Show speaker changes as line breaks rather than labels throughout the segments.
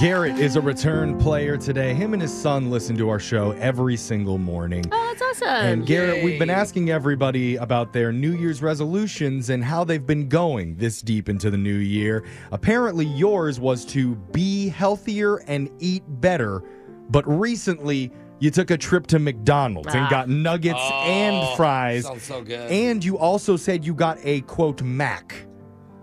Garrett is a return player today. Him and his son listen to our show every single morning.
Oh, that's awesome.
And Garrett, we've been asking everybody about their New Year's resolutions and how they've been going this deep into the new year. Apparently, yours was to be healthier and eat better, but recently you took a trip to McDonald's and
Ah.
got nuggets and fries.
Oh, Sounds so good.
And you also said you got a quote Mac.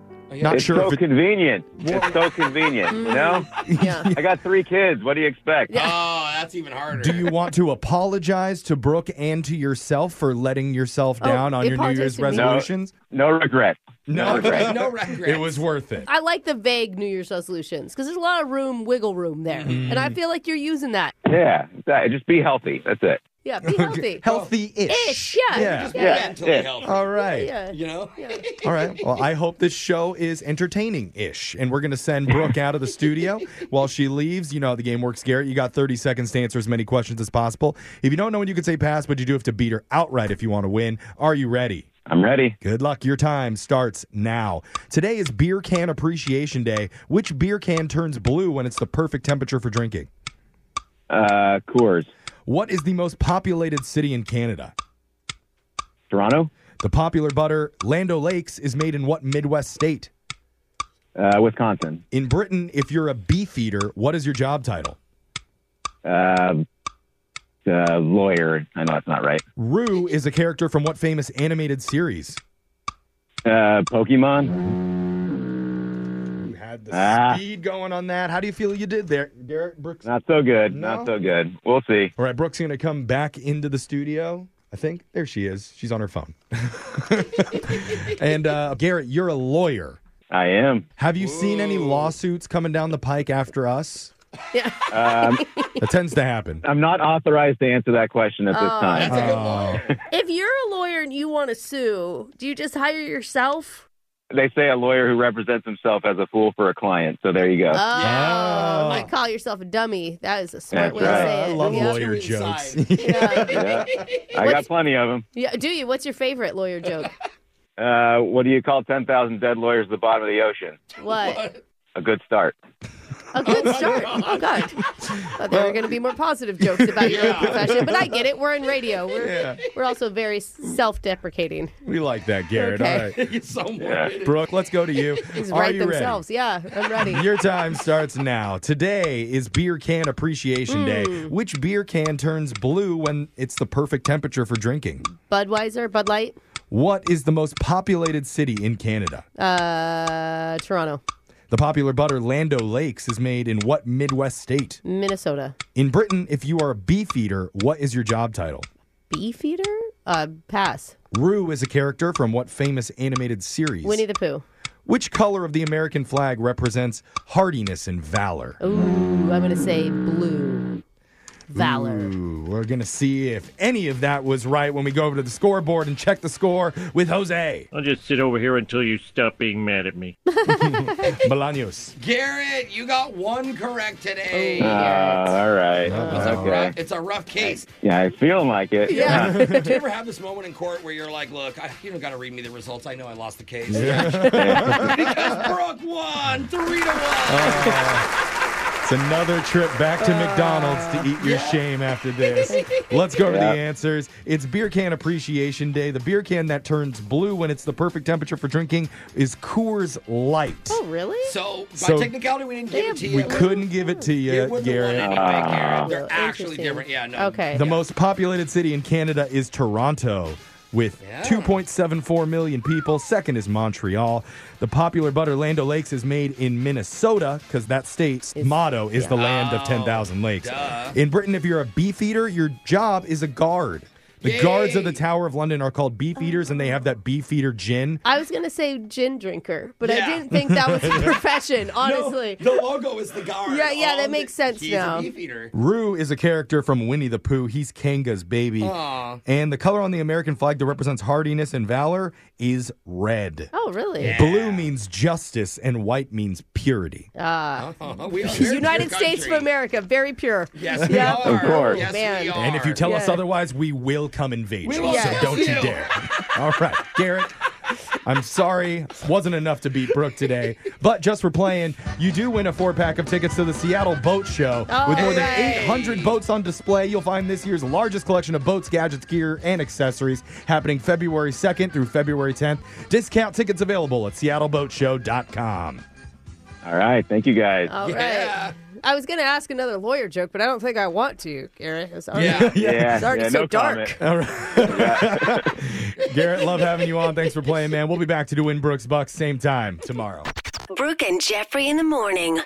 Oh, yeah.
Not
It's
sure
so
if it-
convenient. It's so convenient. You know,
yeah.
I got three kids. What do you expect?
oh, that's even harder.
Do you want to apologize to Brooke and to yourself for letting yourself
Oh,
down on
you
your New
apologized
Year's
to me?
No.
resolutions?
No regret.
No,
regret.
no regrets.
it was worth it.
I like the vague New Year's resolutions because there's a lot of room, wiggle room there. And I feel like you're using that.
Yeah, that- just be healthy. That's it.
Yeah, be healthy.
Healthy
Ish, yeah.
Yeah.
Yeah.
mentally
Yeah.
healthy.
All right.
Yeah.
You know?
All right. Well, I hope this show is entertaining ish. And we're going to send Brooke out of the studio while she leaves. You know how the game works, Garrett. You got 30 seconds to answer as many questions as possible. If you don't know when you can say pass, but you do have to beat her outright if you want to win. Are you ready?
I'm ready.
Good luck. Your time starts now. Today is Beer Can Appreciation Day. Which beer can turns blue when it's the perfect temperature for drinking?
Uh, Coors,
What is the most populated city in Canada?
Toronto,
The popular butter Lando Lakes is made in what Midwest state?
uh, Wisconsin,
In Britain, if you're a beef eater, what is your job title?
uh, uh, lawyer. I know that's not right.
Rue is a character from what famous animated series?
Uh, Pokemon.
You had the
Ah.
speed going on that. How do you feel you did there, Garrett Brooks?
Not so good.
No.
Not so good. We'll see.
All right, Brooke's going to come back into the studio. I think there she is. She's on her phone. and uh, Garrett, you're a lawyer.
I am.
Have you seen any
Ooh.
lawsuits coming down the pike after us?
Yeah.
Um,
That tends to happen.
I'm not authorized to answer that question at this
Oh.
time.
That's a good
Oh.
lawyer.
If you're a lawyer and you want to sue, do you just hire yourself?
They say a lawyer who represents himself as a fool for a client. So there you go.
Oh,
Yeah.
like call yourself a dummy. That is a smart
That's
way to
right.
say
I
it.
love
yeah.
lawyer
Two
jokes.
inside.
Yeah.
Yeah. I got plenty of them.
yeah. Do you? What's your favorite lawyer joke?
Uh, what do you call 10,000 dead lawyers at the bottom of the ocean?
What?
What?
A good start.
A good start. Oh, God. Thought there were going to be more positive jokes about your own
Yeah.
profession, but I get it. We're in radio. We're,
Yeah.
we're also very self-deprecating.
We like that, Garrett.
Okay.
All right.
It's so morbid.
Brooke, let's go to you.
These
Are
right
you
themselves. Yeah, I'm ready.
ready? Your time starts now. Today is Beer Can Appreciation Day. Which beer can turns blue when it's the perfect temperature for drinking?
Budweiser, Bud Light,
What is the most populated city in Canada?
uh, Toronto,
The popular butter Lando Lakes is made in what Midwest state?
Minnesota.
In Britain, if you are a beef eater, what is your job title?
Beefeater? Uh, pass.
Rue is a character from what famous animated series?
Winnie the Pooh.
Which color of the American flag represents hardiness and valor?
Ooh, I'm going to say blue. Valor.
Mm.
Ooh, we're going to see if any of that was right when we go over to the scoreboard and check the score with Jose
I'll just sit over here until you stop being mad at me.
Bolaños.
Garrett, you got one correct today.
Uh, all right. okay.
It's a rough case.
Yeah, I feel like it.
Yeah.
Do you ever have this moment in court where you're like, look, I, you don't got to read me the results. I know I lost the case. because Brooke won three to one.
Oh. It's another trip back to McDonald's to eat your shame after this. Let's go over
Yeah.
the answers. It's Beer Can Appreciation Day. The beer can that turns blue when it's the perfect temperature for drinking is Coors Light.
Oh, really?
so, by
So-
technicality, we dn't give it to you.
We couldn't give it to
It
you,
wouldn't have won
Garrett.
anyway, Garrett.
Oh,
They're actually
interesting.
different. Yeah, no.
Okay.
The most populated city in Canada is Toronto with
Yeah.
2.74 million people. Second is Montreal. The popular butter Lando Lakes is made in Minnesota because that state's motto is the land of 10,000 lakes.
Oh, duh.
In Britain, if you're a beef eater, your job is a guard. The
Yay.
guards of the Tower of London are called beef eaters, and they have that beef eater gin.
I was going to say gin drinker, but I
Yeah.
didn't think that was a profession,
No,
honestly.
the logo is the guard.
Yeah, yeah,
on
that
the-
makes sense
he's
now.
a beef eater.
Rue is a character from Winnie the Pooh. He's Kanga's baby.
Aw.
And the color on the American flag that represents hardiness and valor is red.
Oh, really?
Yeah.
Blue means justice and white means purity.
Ah.
Uh-huh. We are a very
United
pure
States of
country.
America, very pure.
Yes, we
Yeah.
are.
Of course.
Yes,
Man.
we are.
And if you tell us
Yeah.
otherwise, we will come invade
We
you.
will
so
kill
don't you
you.
dare. All right, Garrett, I'm sorry, wasn't enough to beat Brooke today. But just for playing, you do win a four pack of tickets to the Seattle Boat Show with more than
Alright.
800 boats on display. You'll find this year's largest collection of boats, gadgets, gear, and accessories happening February 2nd through February 10th. Discount tickets available at seattleboatshow.com.
All right. Thank you guys.
All right.
Yeah.
I was going to ask another lawyer joke, but I don't think I want to, Gary. It's already,
Yeah.
yeah.
it's already
yeah,
so
no
dark.
comment.
All right. Garrett, love having you on. Thanks for playing, man. We'll be back to doing Brooks Bucks same time tomorrow.
Brooke and Jeffrey in the morning.